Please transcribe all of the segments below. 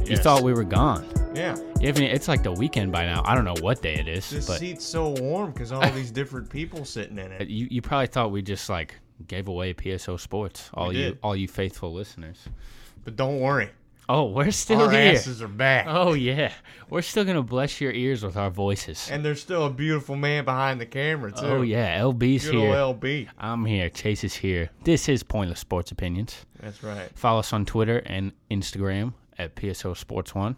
You Yes. thought we were gone. Yeah. You haven't- it's like the weekend by now. I don't know what day it is, This but uh, seat's so warm because all these different people sitting in it. you, you probably thought we just like gave away PSO Sports. All We you did. all you faithful listeners. But don't worry, Oh, we're still our here. asses are back, Oh yeah, we're still gonna bless your ears with our voices. and there's still a beautiful man behind the camera too. Oh yeah, LB's good here. old LB. I'm here. Chase is here. This is Pointless Sports Opinions. That's right. Follow us on Twitter and Instagram at PSO Sports One.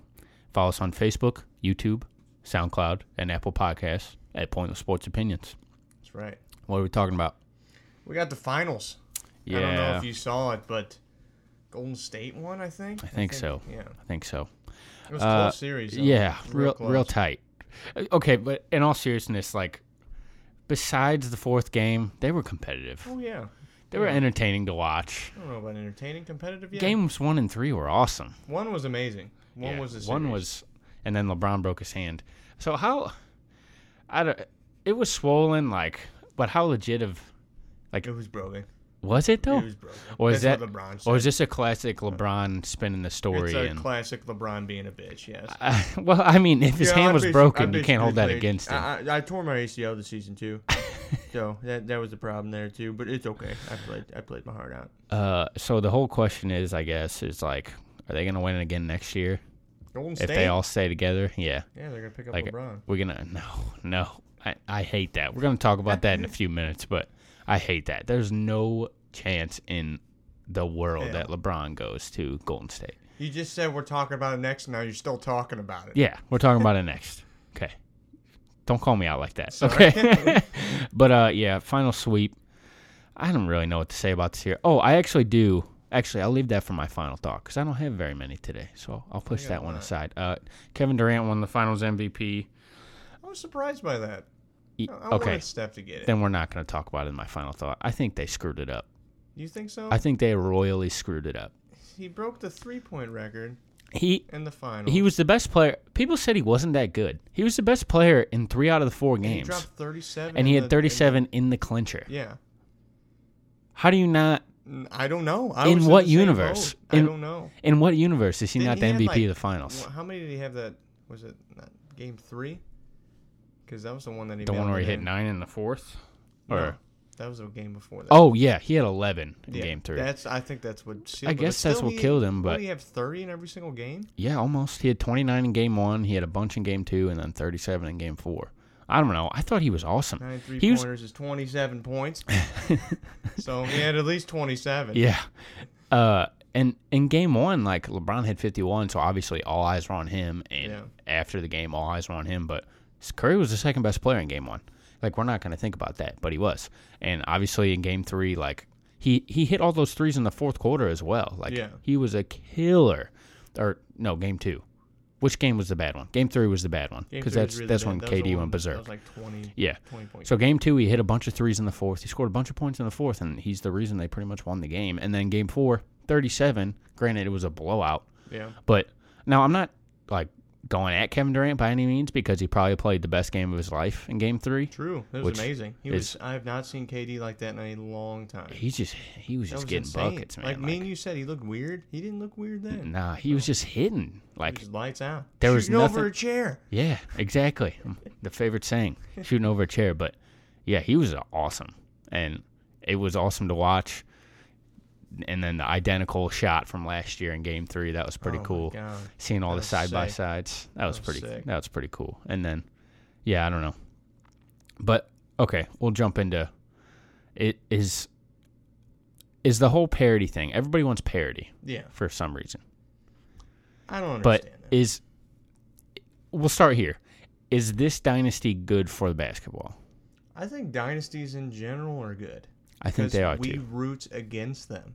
Follow us on Facebook, YouTube, SoundCloud, and Apple Podcasts at Pointless Sports Opinions. That's right. What are we talking about? We got the finals. I don't know if you saw it, but Golden State won. I think. I think so. Yeah, I think so. it was a close Uh, series. though. Yeah, real real, close. tight. Uh, Okay, but in all seriousness, like besides the fourth game, they were competitive. Oh yeah. They were entertaining to watch. I don't know about entertaining, competitive. Yeah. Games one and three were awesome. one was amazing. One Yeah, was a series. one was, and then LeBron broke his hand. So how, I don't. It was swollen, like, but how legit of, like, It was broken. was it though? It was broken. or is That's that what LeBron or is said. this a classic LeBron spinning the story? It's a and classic LeBron being a bitch. Yes. well, I mean, if his Yeah, I hand was basi- broken, I you can't hold that basically- against him. I, I, I tore my ACL this season too, so that that was the problem there too. But it's okay. I played. I played my heart out. Uh, so the whole question is, I guess, is like, are they gonna win it again next year Golden if they all stay together? Yeah, yeah, they're gonna pick up like LeBron. we're gonna no, no. I, I hate that. We're gonna talk about that in a few minutes, but I hate that. There's no chance in the world Yeah. that LeBron goes to Golden State. You just said we're talking about it next. Now you're still talking about it. Yeah, we're talking about it next. Okay, don't call me out like that. Sorry. Okay, but uh, yeah, final sweep. I don't really know what to say about this here. Oh, I actually do. Actually, I'll leave that for my final thought because I don't have very many today, so I'll push that one aside. Uh, Kevin Durant won the Finals MVP. I was surprised by that. E- I, I okay, wanted Steph to get it. then we're not going to talk about it in my final thought. I think they screwed it up. you think so? I think they royally screwed it up. he broke the three point record He in the final. he was the best player. People said he wasn't that good. He was the best player in three out of the four And he games, dropped thirty seven. and he had 37 in the clincher. yeah. How do you not? Mm, I don't know. I In was what the same universe? boat. I In- don't know. In what universe is he Didn't not the had, MVP like, of the finals? wh- How many did he have that? Was it not game three? Because that was the one that he The one mailed where he it hit in. nine in the fourth? No, Or that was the game before that. Oh yeah, he had eleven in Yeah, game three. That's I think that's what. Sealed I it. But guess that's still, what he- killed him, what, but- did he have thirty in every single game. Yeah, almost. He had twenty nine in game one, he had a bunch in game two, and then thirty seven in game four. I don't know. I thought he was awesome. Nine three he was pointers is twenty seven points. so he had at least twenty seven. Yeah. Uh and in game one, like LeBron had fifty one, so obviously all eyes were on him and Yeah. after the game all eyes were on him, but Curry was the second best player in game one. Like we're not gonna think about that, but he was. And obviously in game three, like He he hit all those threes in the fourth quarter as well. Like Yeah. he was a killer. Or no, game two. Which game was the bad one? Game three was the bad one Game because three was that's really that's bad. when That was the KD one went berserk. That was like 20, Yeah. 20 points. So game two, he hit a bunch of threes in the fourth. He scored a bunch of points in the fourth, and he's the reason they pretty much won the game. And then game four, 37. Granted, it was a blowout, yeah. but now I'm not like going at Kevin Durant by any means because he probably played the best game of his life in game three. True. That was Which amazing. He is- was. I have not seen KD like that in a long time. He just he was That just was getting insane. buckets, man. Like, me and you said, he looked weird. He didn't look weird then. Nah, he was just hitting. Like, He was lights out. There was Shooting over nothing- a chair. yeah, exactly. the favorite saying, shooting over a chair. But yeah, he was awesome, and it was awesome to watch. And then the identical shot from last year in Game Three, that was pretty Oh my cool. God. Seeing all That the was side by sick. sides, that was was pretty. sick. That was pretty cool. And then, yeah, I don't know, but okay, we'll jump into it. Is is the whole parody thing? Everybody wants parody Yeah. for some reason. I don't But understand that. is we'll start here. Is this dynasty good for the basketball? I think dynasties in general are good. I think because they are we too. root against them.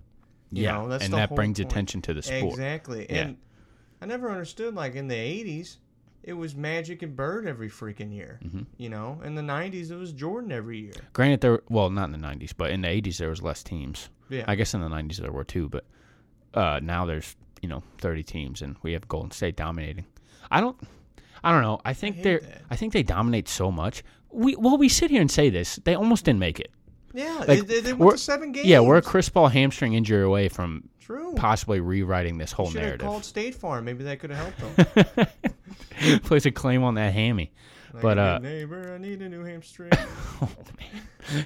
You Yeah, know, that's and the that whole brings point. attention to the sport. Exactly. Yeah. And I never understood like in the 80s it was Magic and Bird every freaking year. Mm-hmm. You know, in the 90s it was Jordan every year. Granted, there well not in the '90s, but in the '80s there was less teams. Yeah. I guess in the '90s there were too, but uh, now there's you know 30 teams, and we have Golden State dominating. I don't, I don't know. I think hate they're, that. I think they dominate so much. We well we sit here and say this. They almost didn't make it. Yeah, Like, they, they went we're- to seven games. Yeah, we're a Chris Paul hamstring injury away from True. possibly rewriting this whole Should have narrative. called State Farm. Maybe that could have helped them. Place a claim on that hammy. Like, But "Hey, uh, neighbor, I need a new hamstring.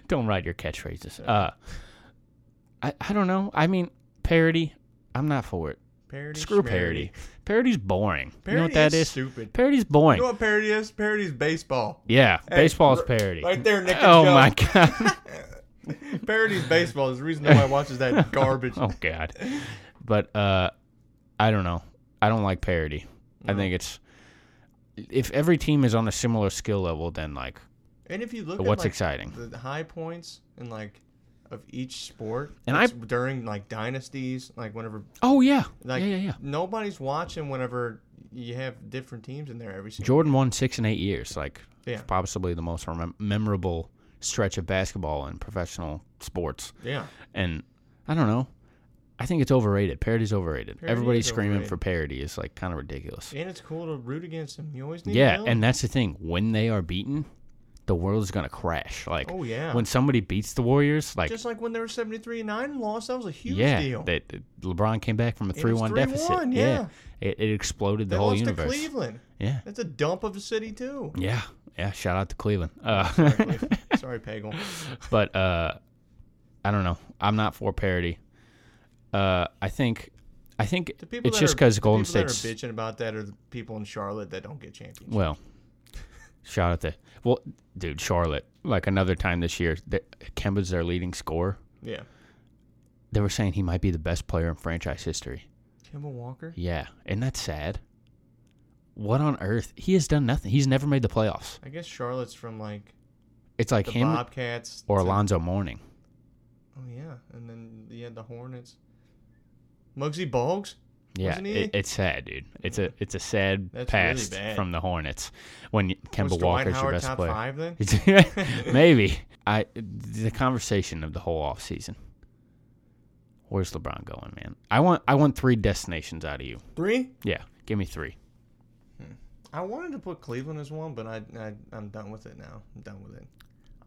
don't write your catchphrases. Uh, I I don't know. I mean, parody. I'm not for it. Parody. Screw schmarody. parody. Parody's boring. you know Parody what that is is? stupid. Parody's boring. You know what parody is? Parody's baseball. yeah, Hey, baseball's r- parody. right there, Nick and Oh Joe. my god. Parody's baseball is the reason nobody watches that garbage. oh god. But uh, I don't know. I don't like parody. I think it's if every team is on a similar skill level, then like And if you look What's at like, exciting? the high points and like of each sport, And and I- I during like dynasties, like whenever, oh yeah, like yeah, yeah, yeah. nobody's watching whenever you have different teams in there every single. Jordan won six and eight years. Like, Yeah. it's probably the most remem- memorable stretch of basketball in professional sports. Yeah, And I don't know. I think it's overrated. Parody's overrated. Parody Everybody's is screaming overrated. for parody is like kind of ridiculous. and it's cool to root against them. You always need. Yeah, help. and that's the thing. When they are beaten, the world is gonna crash. Like, Oh, yeah. when somebody beats the Warriors, like, just like when they were seventy three and nine and lost, that was a huge yeah, deal. That that LeBron came back from a was three-one deficit. 3-1, it, it exploded They the whole lost universe. to Cleveland. Yeah, That's a dump of a city too. yeah, yeah. Shout out to Cleveland. Uh, Sorry, Cliff. Sorry, Pagel. but uh, I don't know. I'm not for parody. Uh, I think, I think The people it's that just are- because the Golden people that State's are bitching about that are the people in Charlotte that don't get championships. well. Shout out to well, dude, Charlotte. Like another time this year, th- Kemba's their leading scorer. Yeah, They were saying he might be the best player in franchise history. Kemba Walker. Yeah, and that's sad. What on earth? He has done nothing. He's never made the playoffs. I guess Charlotte's from like It's like the him Bobcats or to- Alonzo Mourning. Oh yeah, and then you had the Hornets. Muggsy Bogues. Yeah, Wasn't he? it, it's sad, dude. It's a it's a sad That's really past bad. from the Hornets when Kemba Was Dwight Walker's your Howard best top player. five then? Maybe I the conversation of the whole offseason. Where's LeBron going, man? I want I want three destinations out of you. Three. Yeah, give me three. I wanted to put Cleveland as one, but I, I I'm done with it now. I'm done with it.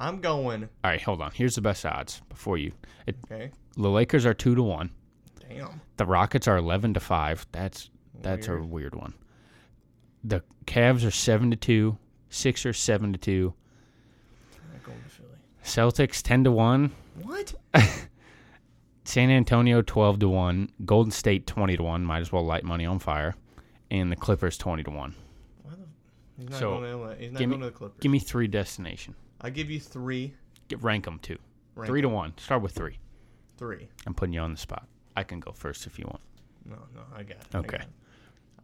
I'm going. All right, hold on. Here's the best odds before you. It, Okay. the Lakers are two to one. Damn. The Rockets are eleven to five. That's that's a weird one. The Cavs are seven to two. Sixers seven to two. I'm going to Philly. Celtics ten to one. What? San Antonio twelve to one. Golden State twenty to one. Might as well light money on fire. And the Clippers twenty to one. Why the, he's not So, going to LA. He's not give going me- to the Clippers. Give me three destination. I give you three. Get, rank them two. Rank three to one. Start with three. Three. I'm putting you on the spot. I can go first if you want. No, no, I got it. I Okay. got it.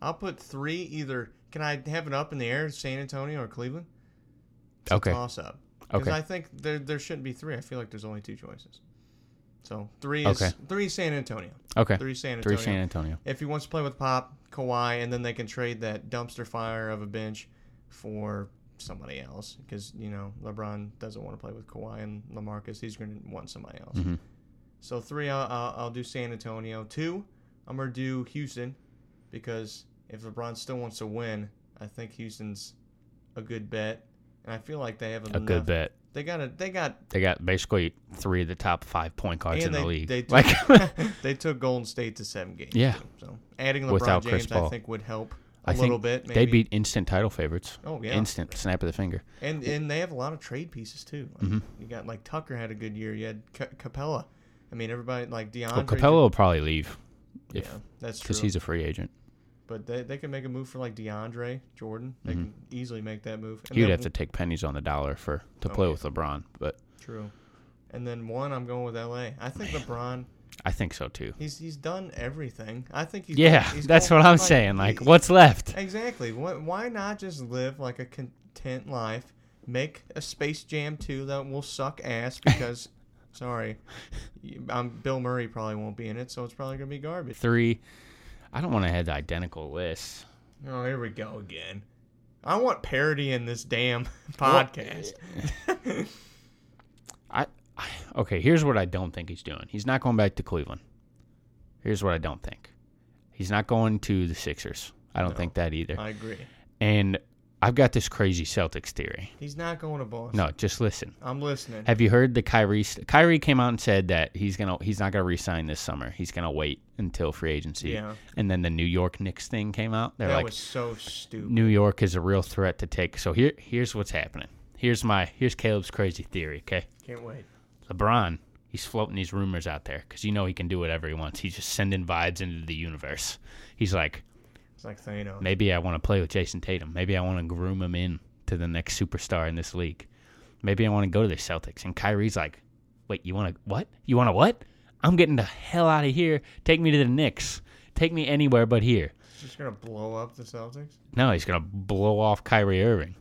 I'll put three. Either can I have it up in the air, San Antonio or Cleveland? It's Okay. A toss up. Because Okay. I think there there shouldn't be three. I feel like there's only two choices. So three is Okay. three is San Antonio. Okay. Three San Three Antonio. San Antonio. If he wants to play with Pop, Kawhi, and then they can trade that dumpster fire of a bench for somebody else because you know LeBron doesn't want to play with Kawhi and LaMarcus. He's going to want somebody else. Mm-hmm. So three, I'll, I'll, I'll do San Antonio. Two, I'm going to do Houston because if LeBron still wants to win, I think Houston's a good bet, and I feel like they have A enough. good bet. They got a they got They got basically three of the top five point guards in and the they, league. They took, E. like, they took Golden State to seven games. Yeah. too. So adding LeBron Without James, Chris I Paul. think would help a I little think bit. Maybe. they beat instant title favorites. Oh, yeah. Instant snap of the finger. and and they have a lot of trade pieces too. Like, Mm-hmm. You got like Tucker had a good year. You had Ca Capella. I mean, everybody like DeAndre. Well, Capella will probably leave yeah, that's true. because he's a free agent. but they they can make a move for like DeAndre Jordan. They can easily make that move. And Mm-hmm. He would then have to take pennies on the dollar for to Oh, play with LeBron, but True. And then one, I'm going with LA. I think LeBron. I think so too. He's he's done everything. I think he's Yeah, he's that's going- what I'm saying. Like, he- what's left? Exactly. Why, why not just live like a content life? Make a Space Jam 2 that will suck ass because, sorry, you- um, Bill Murray probably won't be in it, so it's probably going to be garbage. Three. I don't want to have identical lists. Oh, here we go again. I want parody in this damn podcast. I, I okay. Here's what I don't think he's doing. He's not going back to Cleveland. Here's what I don't think. He's not going to the Sixers. I don't think that either. I agree. and I've got this crazy Celtics theory. He's not going to Boston. No, just listen. I'm listening. Have you heard the Kyrie? St- Kyrie came out and said that he's gonna he's not gonna resign this summer. He's gonna wait until free agency. Yeah. And then the New York Knicks thing came out. They're that like, was so stupid. New York is a real threat to take. So here here's what's happening. Here's my here's Caleb's crazy theory. Okay, Can't wait. LeBron, he's floating these rumors out there because you know he can do whatever he wants. He's just sending vibes into the universe. He's like, It's like Thanos. Maybe I want to play with Jason Tatum. Maybe I want to groom him in to the next superstar in this league. Maybe I want to go to the Celtics. And Kyrie's like, wait, you want to what? You want to what? I'm getting the hell out of here. Take me to the Knicks. Take me anywhere but here. It's just going to blow up the Celtics. No, he's going to blow off Kyrie Irving.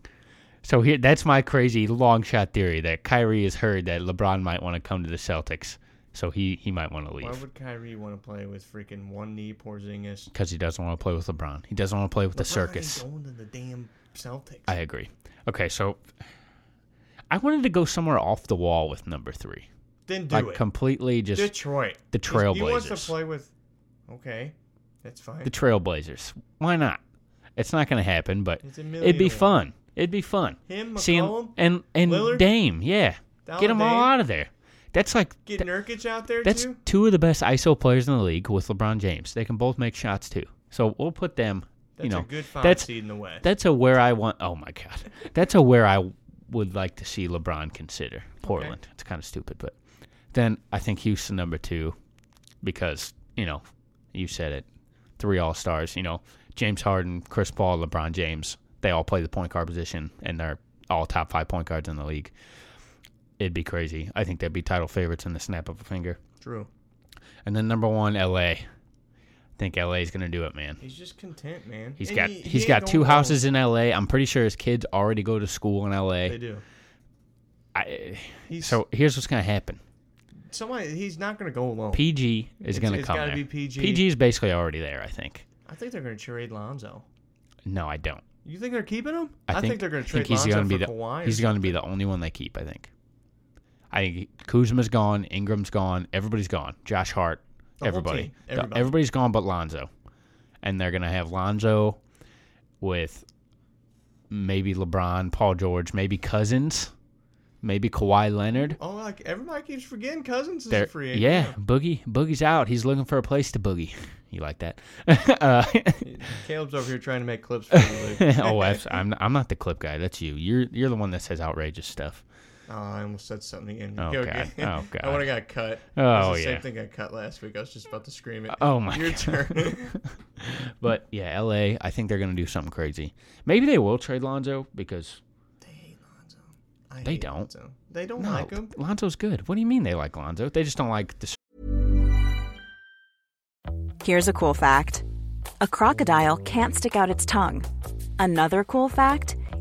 So here, that's my crazy long shot theory that Kyrie has heard that LeBron might want to come to the Celtics. So he, he might want to Why leave would Kyrie want to play with freaking one knee Porzingis? because he doesn't want to play with LeBron. He doesn't want to play with the LeBron ain't circus. Going to the damn Celtics. I agree. Okay, so I wanted to go somewhere off the wall with number three, then do like it. completely just Detroit. the He wants to Trailblazers. play with. Okay, that's fine. the Trailblazers. Why not? It's not going to happen, but It's a million it'd be to one. fun. It'd be fun. Him, seeing McCollum, and and Lillard, Dame, yeah, get them all Dame. out of there. That's like Get th- Nurkic out there that's too. two of the best ISO players in the league with LeBron James. They can both make shots too. So we'll put them. That's you know, a good five that's seed in the West. That's a where I want. Oh my god, that's a where I would like to see LeBron consider Portland. It's kind of stupid, but then I think Houston number two because you know you said it, three All Stars. You know James Harden, Chris Paul, LeBron James. They all play the point guard position, and they're all top five point guards in the league. It'd be crazy. I think they'd be title favorites in the snap of a finger. True. And then number one, LA. I think LA is gonna do it, man. He's just content, man. He's And got he- he he, has ain't got going two home. houses in L.A. I'm pretty sure his kids already go to school in They L.A. do. I, He's so here's what's gonna happen. somebody. He's not gonna go alone. PG is Oh. It's- gonna it's come gotta there. be PG. PG is basically already there. I think. I think they're gonna trade Lonzo. No, I don't. You think they're keeping him? I, think, they're gonna trade think he's Lonzo gonna be for the Kawhi. or he's gonna be the only one they keep. I think. I think Kuzma's gone. Ingram's gone. Everybody's gone. Josh Hart. The whole everybody. team, The- everybody. everybody's gone but Lonzo, and they're gonna have Lonzo with maybe LeBron, Paul George, maybe Cousins, maybe Kawhi Leonard. Oh, like everybody keeps forgetting Cousins is They're- a free agent. Yeah, Boogie. Boogie's out. He's looking for a place to boogie. You like that? uh, Caleb's over here trying to make clips for you. Luke. oh, that's- I'm I'm not the clip guy. That's you. You're you're the one that says outrageous stuff. Oh, I almost said something again. Oh, Go God. again. Oh, I God. would have got cut. Oh, it's the yeah. Same thing I cut last week. I was just about to scream it. Oh, my Your God. turn. But yeah, L.A. I think they're gonna do something crazy. Maybe they will trade Lonzo because I They hate don't. Lonzo. They don't no, like him. Lonzo's good. What do you mean they like Lonzo? They just don't like the Here's a cool fact a crocodile can't stick out its tongue. Another cool fact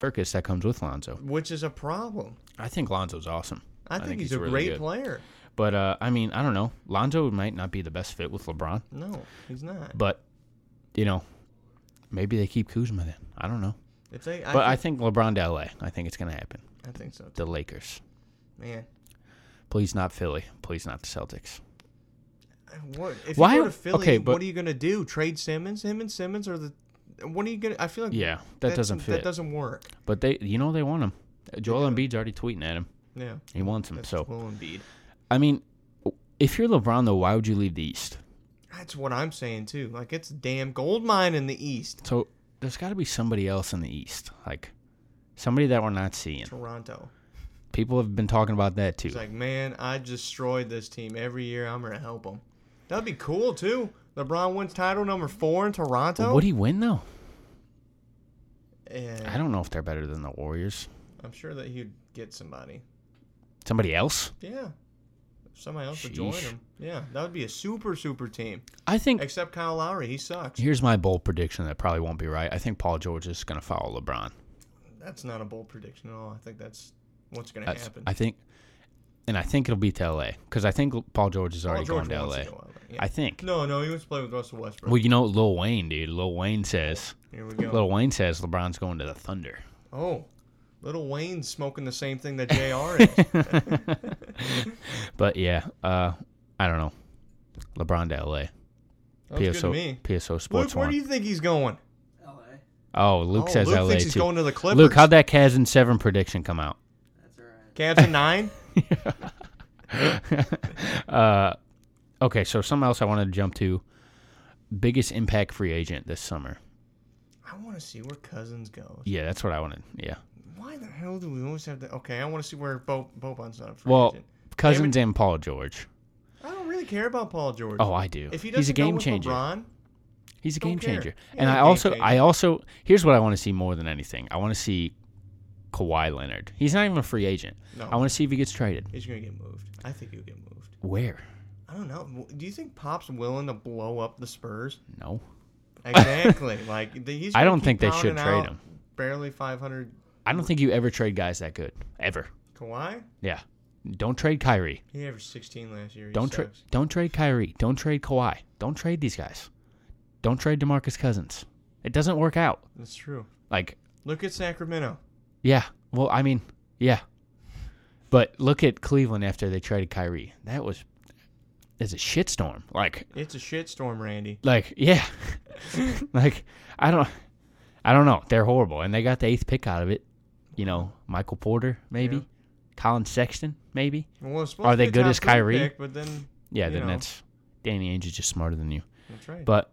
circus that comes with Lonzo. which is a problem. I think Lonzo's awesome. I, think, he's, a really great good. player. But uh, I mean, I don't know. Lonzo might not be the best fit with LeBron, No, he's not. but you know, maybe they keep Kuzma then. I don't know. If they, But I think LeBron to LA. I think it's gonna happen. I think so. Too. The Lakers. Man, Please not Philly. Please not the Celtics. what if Why- you go to Philly? okay, but- what are you gonna do? Trade Simmons? Him and Simmons are the. What are you gonna? I feel like Yeah, that that's- doesn't That fit. doesn't work. But they, you know, they want him. Joel Embiid's already tweeting at him. Yeah, He wants him. that's so Joel Embiid. I mean, if you're LeBron though, why would you leave the East? That's what I'm saying too. Like it's a damn gold mine in the East, So there's got to be somebody else in the East, like somebody that we're not seeing. Toronto. People have been talking about that too. He's like, man, I destroyed this team every year. I'm gonna help them. That'd be cool too. LeBron wins title number four in Toronto. Would he win though? And I don't know if they're better than the Warriors. I'm sure that he'd get somebody. Somebody else? Yeah. Somebody else would join Sheesh. him. Yeah, that would be a super super team. I think. Except Kyle Lowry, he sucks. Here's my bold prediction that probably won't be right. I think Paul George is going to follow LeBron. That's not a bold prediction at all. I think that's what's going to That's, happen. I think, and I think it'll be to LA because I think Paul George is Paul already George going to wants LA. to go out there, yeah. I think. No, no, he wants to play with Russell Westbrook. Well, you know Lil Wayne, dude. Lil Wayne says. Here we go. Lil Wayne says LeBron's going to the Thunder. oh, little Wayne's smoking the same thing that Jr. is. But yeah, uh, I don't know. LeBron to LA. Sounds good to PSO me. PSO Sports Luke, where One. do you think he's going? oh, Luke Oh, says Luke LA thinks he's too. going to the Clippers. Luke, how'd that Cavs and Seven prediction come out? Cavs in nine. uh, okay, so something else I wanted to jump to. Biggest impact free agent this summer. I want to see where Cousins goes. Yeah, that's what I wanted. Yeah. Why the hell do we always have that? Okay, I want to see where Bo- Boban's not a free Well, agent. Cousins and Paul George. I don't really care about Paul George. Oh, I do. If he doesn't He's a go game with changer. LeBron, He's a Don't game care. changer. Yeah, and I he's a game also I changer. also here's what I want to see more than anything. I want to see Kawhi Leonard. He's not even a free agent. No. I want to see if he gets traded. he's gonna get moved. I think he'll get moved. Where? I don't know. Do you think Pop's willing to blow up the Spurs? No. Exactly. like the- he's. I gonna don't keep think they should pounding trade out him. Barely 500. I don't think you ever trade guys that good. Ever. Kawhi. Yeah. Don't trade Kyrie. He averaged 16 last year. He Don't trade sucks. don't trade Kyrie. Don't trade Kawhi. Don't trade these guys. Don't trade DeMarcus Cousins. It doesn't work out. That's true. Like, Look at Sacramento. yeah. Well, I mean, yeah. But look at Cleveland after they traded Kyrie. That was is a shitstorm. Like It's a shitstorm, Randy. like yeah like i don't i don't know they're horrible and they got the eighth pick out of it you know michael porter maybe Yeah. colin sexton maybe Well, it's supposed Are to they be a good top as three Kyrie? pick, but then. yeah you then know, that's danny ainge is just smarter than you That's right. but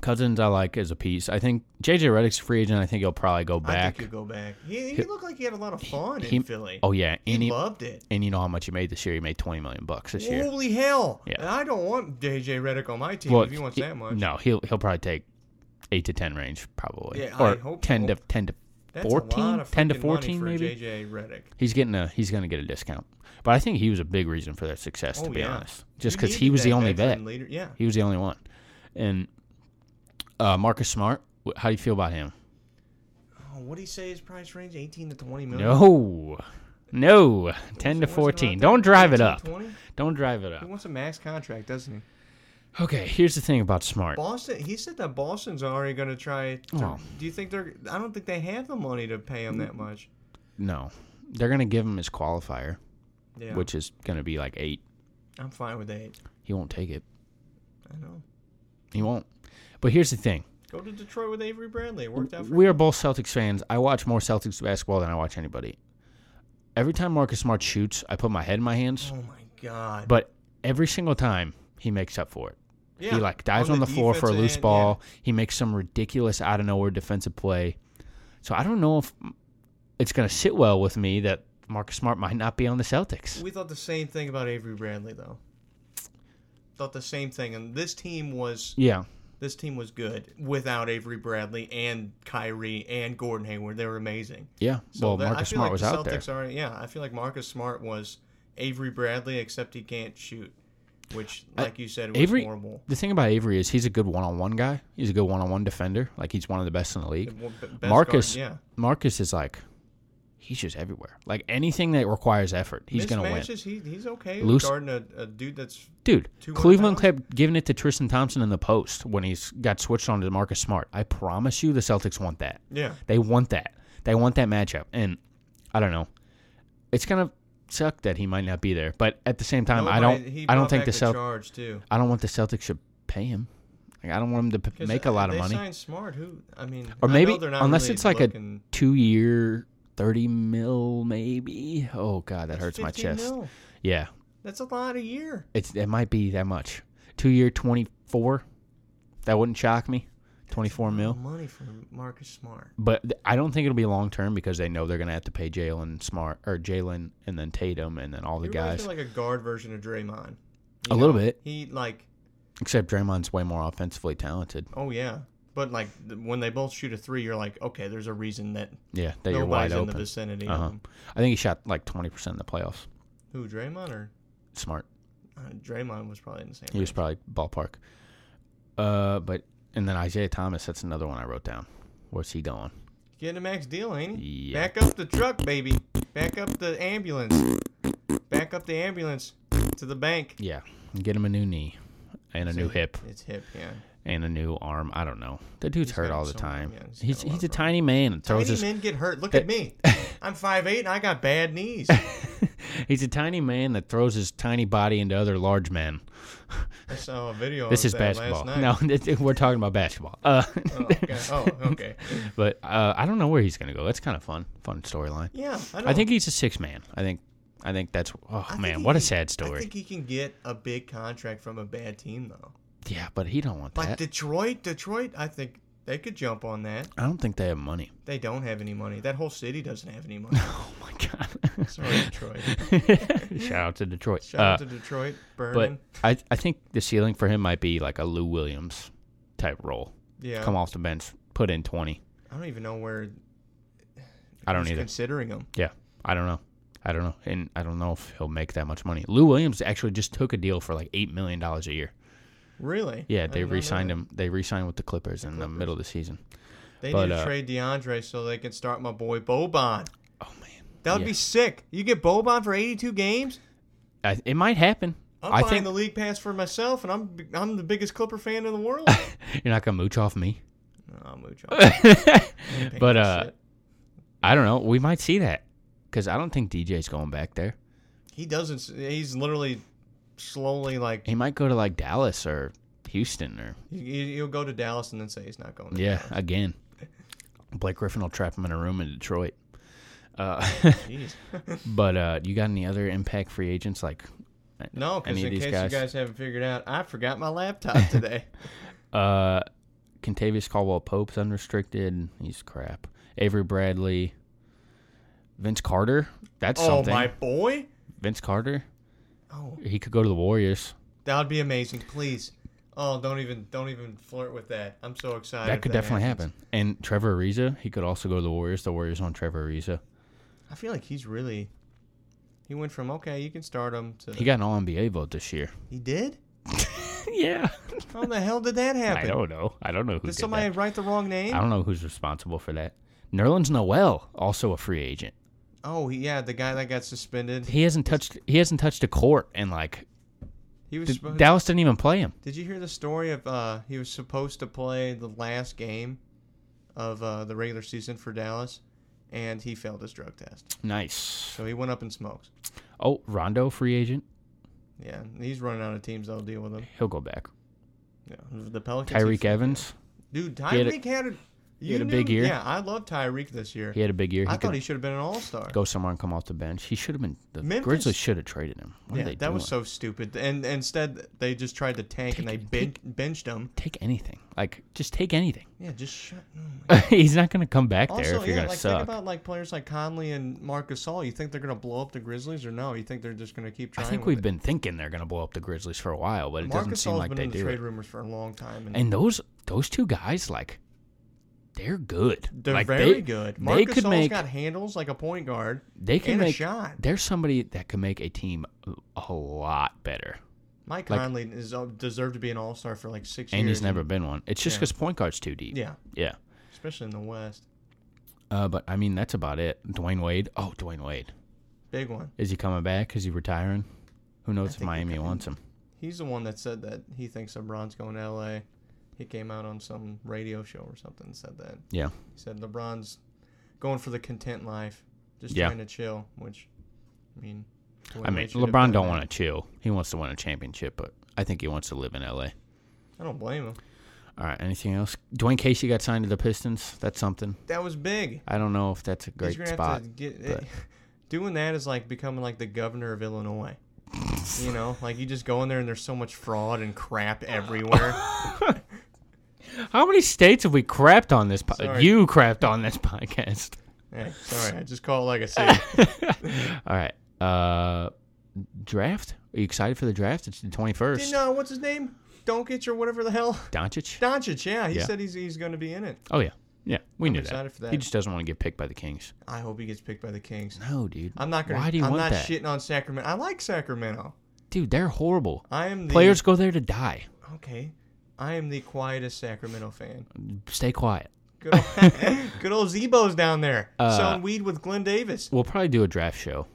cousins i like as a piece i think jj reddick's a free agent i think he'll probably go I think back he'll go back. He, he looked like he had a lot of fun He- in Philly. oh yeah he and he, loved it. and you know how much he made this year he made 20 million bucks this year Holy hell! Yeah. And I don't want JJ Redick on my team if he wants he- that much. no he'll he'll probably take 8 to 10 range probably Yeah, or I hope- 10 to hope- 10 to That's 14 a lot of 10 to freaking money 14 for maybe JJ Redick. He's getting a he's going to get a discount, but I think he was a big reason for their success. to Oh, be yeah. honest, just You because he needed was the that only veteran vet, Leader. Yeah, he was the only one. And uh, Marcus Smart, wh- how do you feel about him? Oh, what do you say his price range? 18 to 20 million? No, no, ten to What's it- what's it fourteen. about Don't that? drive it 18, up. 20? Don't drive it He up. wants a max contract, doesn't he? Okay, here's the thing about Smart. Boston. He said that Boston's already going to try. To, Oh. Mm. Do you think they're? I don't think they have the money to pay him that much. No, they're going to give him his qualifier, Yeah, which is going to be like eight. I'm fine with that. He won't take it. I know. He won't. But here's the thing. Go to Detroit with Avery Bradley. It worked out for We are both Celtics fans. I watch more Celtics basketball than I watch anybody. Every time Marcus Smart shoots, I put my head in my hands. Oh my god. But every single time, he makes up for it. yeah. He like dives on, the, floor for a defensive loose end, ball. He makes some ridiculous out of nowhere defensive play. So I don't know if it's going to sit well with me that Marcus Smart might not be on the Celtics. yeah. We thought the same thing about Avery Bradley though. Thought the same thing, and this team was yeah. this team was good without Avery Bradley and Kyrie and Gordon Hayward. They were amazing. Yeah. So well, that- I Marcus feel Smart like was the out there. Celtics Are, yeah, I feel like Marcus Smart was Avery Bradley, except he can't shoot, which, I- like you said, was Avery, horrible. the thing about Avery is he's a good one-on-one guy. He's a good one-on-one defender. Like he's one of the best in the The league. w- b- best Marcus, guard, yeah. Marcus is like, he's just everywhere. Like anything that requires effort, he's gonna win. Mismatches, He, he's okay. Loose- guarding a, a dude that's Dude, 200 Cleveland pounds. kept giving it to Tristan Thompson in the post when he's got switched on to Marcus Smart. I promise you, the Celtics want that. yeah. They want that. They want that matchup. And I don't know. It's gonna suck that he might not be there, but at the same time, No, I but don't. he I don't brought think back the Celtics. charge too. I don't want the Celtics should pay him. Like, I don't want him to p- 'Cause, make a uh, lot of they money. signed Smart, who I mean, or I know maybe they're not unless really it's like looking, a two-year, thirty mil, maybe. Oh god, that hurts my 15 chest. mil. Yeah, That's a lot a year. it's it might be that much. Two-year, twenty-four. That wouldn't shock me. Twenty-four mil. money for Marcus Smart. But th- I don't think it'll be long term because they know they're gonna have to pay Jalen Smart or Jalen and then Tatum and then all the He reminds guys. me like a guard version of Draymond. A little bit. He like, Except Draymond's way more offensively talented. oh yeah, but like th- when they both shoot a three, you're like, okay, there's a reason that Yeah, that you're wide nobody's in open. the vicinity. Uh-huh. Of him. I think he shot like twenty percent in the playoffs. Who Draymond or Smart. uh, Draymond was probably in the same. He was probably range. ballpark. Uh, but and then Isaiah Thomas. That's another one I wrote down. Where's he going? getting a max deal, ain't he? Yeah. Back up the truck, baby. Back up the ambulance. Back up the ambulance to the bank. Yeah, get him a new knee and a new hip It's hip, yeah. and a new arm. I don't know. The dude's He's hurt got all the so- time. yeah, he's got he's a lot he's of a tiny man. and Throws Tiny his, men get hurt. Look that- at me. I'm 5'8 and I got bad knees. he's a tiny man that throws his tiny body into other large men. I saw a video this of is Oh, that basketball. last night. No, we're talking about basketball. Uh, Oh, okay. Oh, okay. but uh, I don't know where he's gonna go. That's kind of fun. Fun storyline. Yeah, I, I, don't- think he's a six man. I think. I think that's. Oh I think man, he what a can- sad I story. think he can get a big contract from a bad team though. Yeah, but he don't want Like that. Detroit, Detroit, I think they could jump on that. I don't think they have money. They don't have any money. That whole city doesn't have any money. Oh my god! Sorry, Detroit. Shout out to Detroit. Shout out Uh, to Detroit, but Berman. I I think the ceiling for him might be like a Lou Williams type role. yeah. Come off the bench, put in twenty. I don't even know where I don't who's either. considering him. Yeah, I don't know. I don't know, and I don't know if he'll make that much money. Lou Williams actually just took a deal for like eight million dollars a year. Really? Yeah, I they did not know re-signed that. him. They re-signed with the Clippers in the middle of the season. They but, need to uh, trade DeAndre so they can start my boy Boban. Oh man, That would Yeah. be sick. You get Boban for 82 games? I, it might happen. I'm I buying think the league pass for myself, and I'm I'm the biggest Clipper fan in the world. you're not gonna mooch off me. no, I'll mooch off. But, uh, I don't know. We might see that because I don't think DJ's going back there. he doesn't. s- He's literally slowly like He might go to like Dallas or Houston or he- he- he'll go to Dallas and then say he's not going. To yeah, again. Blake Griffin will trap him in a room in Detroit. Uh, Dallas. Jeez. but uh, you got any other impact free agents like no, because Any of in these case guys? you guys haven't figured out, I forgot my laptop today. uh, Contavious Caldwell Pope's unrestricted. He's crap. Avery Bradley, Vince Carter. That's oh something. my boy! Vince Carter. Oh, He could go to the Warriors. that would be amazing. Please. Oh, don't even don't even flirt with that. I'm so excited. That if could definitely happens. happen. And Trevor Ariza, he could also go to the Warriors. The Warriors on Trevor Ariza. I feel like he's really. He went from okay, you can start him to He got an All NBA vote this year. he did. yeah. How the hell did that happen? I don't know. I don't know who did, Did somebody that. write the wrong name? I don't know who's responsible for that. Nerlens Noel, also a free agent. Oh, he- yeah, the guy that got suspended. He hasn't touched. He hasn't touched a court, and like He was. the- supposed- Dallas didn't even play him. did you hear the story of uh, he was supposed to play the last game of uh, the regular season for Dallas, and he failed his drug test, Nice. so he went up in smokes. Oh, Rondo, free agent. Yeah, and he's running out of teams that'll deal with him. He'll go back. Yeah, the Pelicans. Tyreek Evans. Dude, He had a- Tyreek had a, he you had a knew- big year. Yeah, I love Tyreek this year. He had a big year. He I thought could he should have been an All Star. go somewhere and come off the bench. He should have been. The Memphis- Grizzlies should have traded him. What are Yeah, they that was doing? so stupid. And and instead, they just tried to tank and they Take- ben- benched him. Take anything. Like just take anything. Yeah, just shut. oh my He's not gonna come back there Also, if you're yeah, gonna like suck. think about like players like Conley and Marcus Gasol. You think they're gonna blow up the Grizzlies or no? You think they're just gonna keep I trying? think with we've been thinking they're gonna blow up the Grizzlies for a while, but It. it Marc doesn't seem Gasol's like been they in the do. trade it. rumors for a long time, and, And those those two guys, like, they're good. they're Like, very they, good. They Marcus could Gasol's make. got handles like a point guard. they can and make. a shot. There's somebody that could make a team a lot better, Mike like- Conley is uh, deserved to be an All Star for like six and years. he's never been one. It's just Yeah. because point guard's too deep. Yeah, Yeah. especially in the West. Uh, but I mean, that's about it. Dwayne Wade. Oh, Dwayne Wade. Big one. Is he coming back? Is he retiring? Who knows if think he Miami could. wants him? He's the one that said that he thinks LeBron's going to L.A. He came out on some radio show or something and said that. Yeah. He said LeBron's going for the content life, just Yeah. trying to chill. Which, I mean, I mean, LeBron don't want to chill. He wants to win a championship, but I think he wants to live in L.A. I don't blame him. All right. Anything else? Dwayne Casey got signed to the Pistons. That's something. That was big. I don't know if that's a great He's gonna spot. but- doing that is like becoming like the governor of Illinois. you know, like you just go in there and there's so much fraud and crap everywhere. How many states have we crapped on this? Po- Sorry. you crapped on this podcast. hey, sorry, I just call it like I see. it. All right. Uh, draft. Are you excited for the draft? It's the twenty first. Didn't uh, what's his name? Doncic or whatever the hell. Doncic. Doncic, yeah, he Yeah. said he's he's going to be in it. Oh yeah, yeah. We I'm knew excited that. for that. He just doesn't want to get picked by the Kings. I hope he gets picked by the Kings. No, dude. I'm not gonna. Why do you I'm want not that, shitting on Sacramento. I like Sacramento. dude? They're horrible. I am the Players go there to die. Okay, I am the quietest Sacramento fan. Stay quiet. Good old, good old Zebo's down there Uh, selling weed with Glenn Davis. We'll probably do a draft show.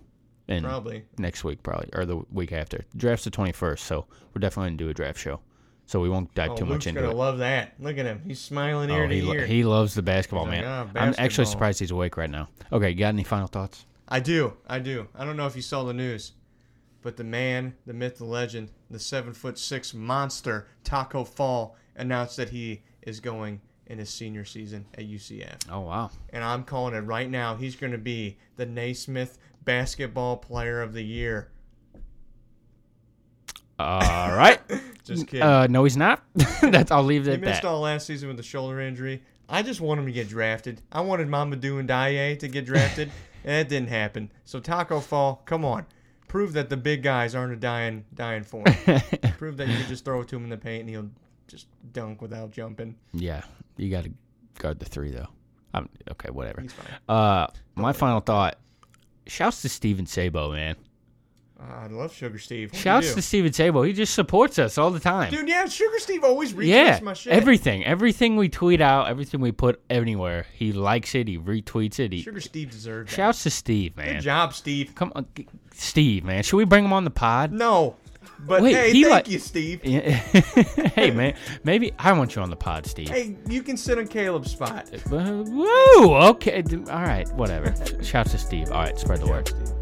And Probably. next week, probably or the week after. Draft's the twenty first, so we're definitely gonna do a draft show. So we won't dive oh, too Luke's much into gonna it. love that. Look at him. He's smiling ear Oh, to he, lo- ear. he loves the basketball, He's like, man. "Ah, I'm actually basketball." surprised he's awake right now. Okay, got any final thoughts? I do. I do. I don't know if you saw the news, but the man, the myth, the legend, the seven foot six monster, Taco Fall, announced that he is going in his senior season at UCF. Oh wow, and I'm calling it right now. He's going to be the Naismith Basketball Player of the Year. all right. Just kidding. uh, no, he's not. That's I'll leave it he at missed that. all last season with a shoulder injury. I just want him to get drafted. I wanted Mamadou and Daye to get drafted, and that didn't happen. So Taco Fall, come on, prove that the big guys aren't a dying dying form. prove that you can just throw it to him in the paint and he'll just dunk without jumping. Yeah, you got to guard the three though. I'm, okay, whatever. He's fine. Uh, my final thought. Shouts to Steven Sabo, man. Ah, I love Sugar Steve. What Shouts do? to Steven Sabo. He just supports us all the time. dude. Yeah, Sugar Steve always retweets yeah, my shit. everything, everything we tweet out, everything we put anywhere, he likes it. He retweets it. He Sugar Steve deserved that. shouts to Steve, man. Good job, Steve. Come on, g- Steve, man. Should we bring him on the pod? No, but Wait, hey, he thank like- you, Steve. hey, man. Maybe I want you on the pod, Steve. Hey, you can sit on Caleb's spot. Uh, Whoa. Okay. d- All right. Whatever. Shouts to Steve. All right. Spread the word. Steve.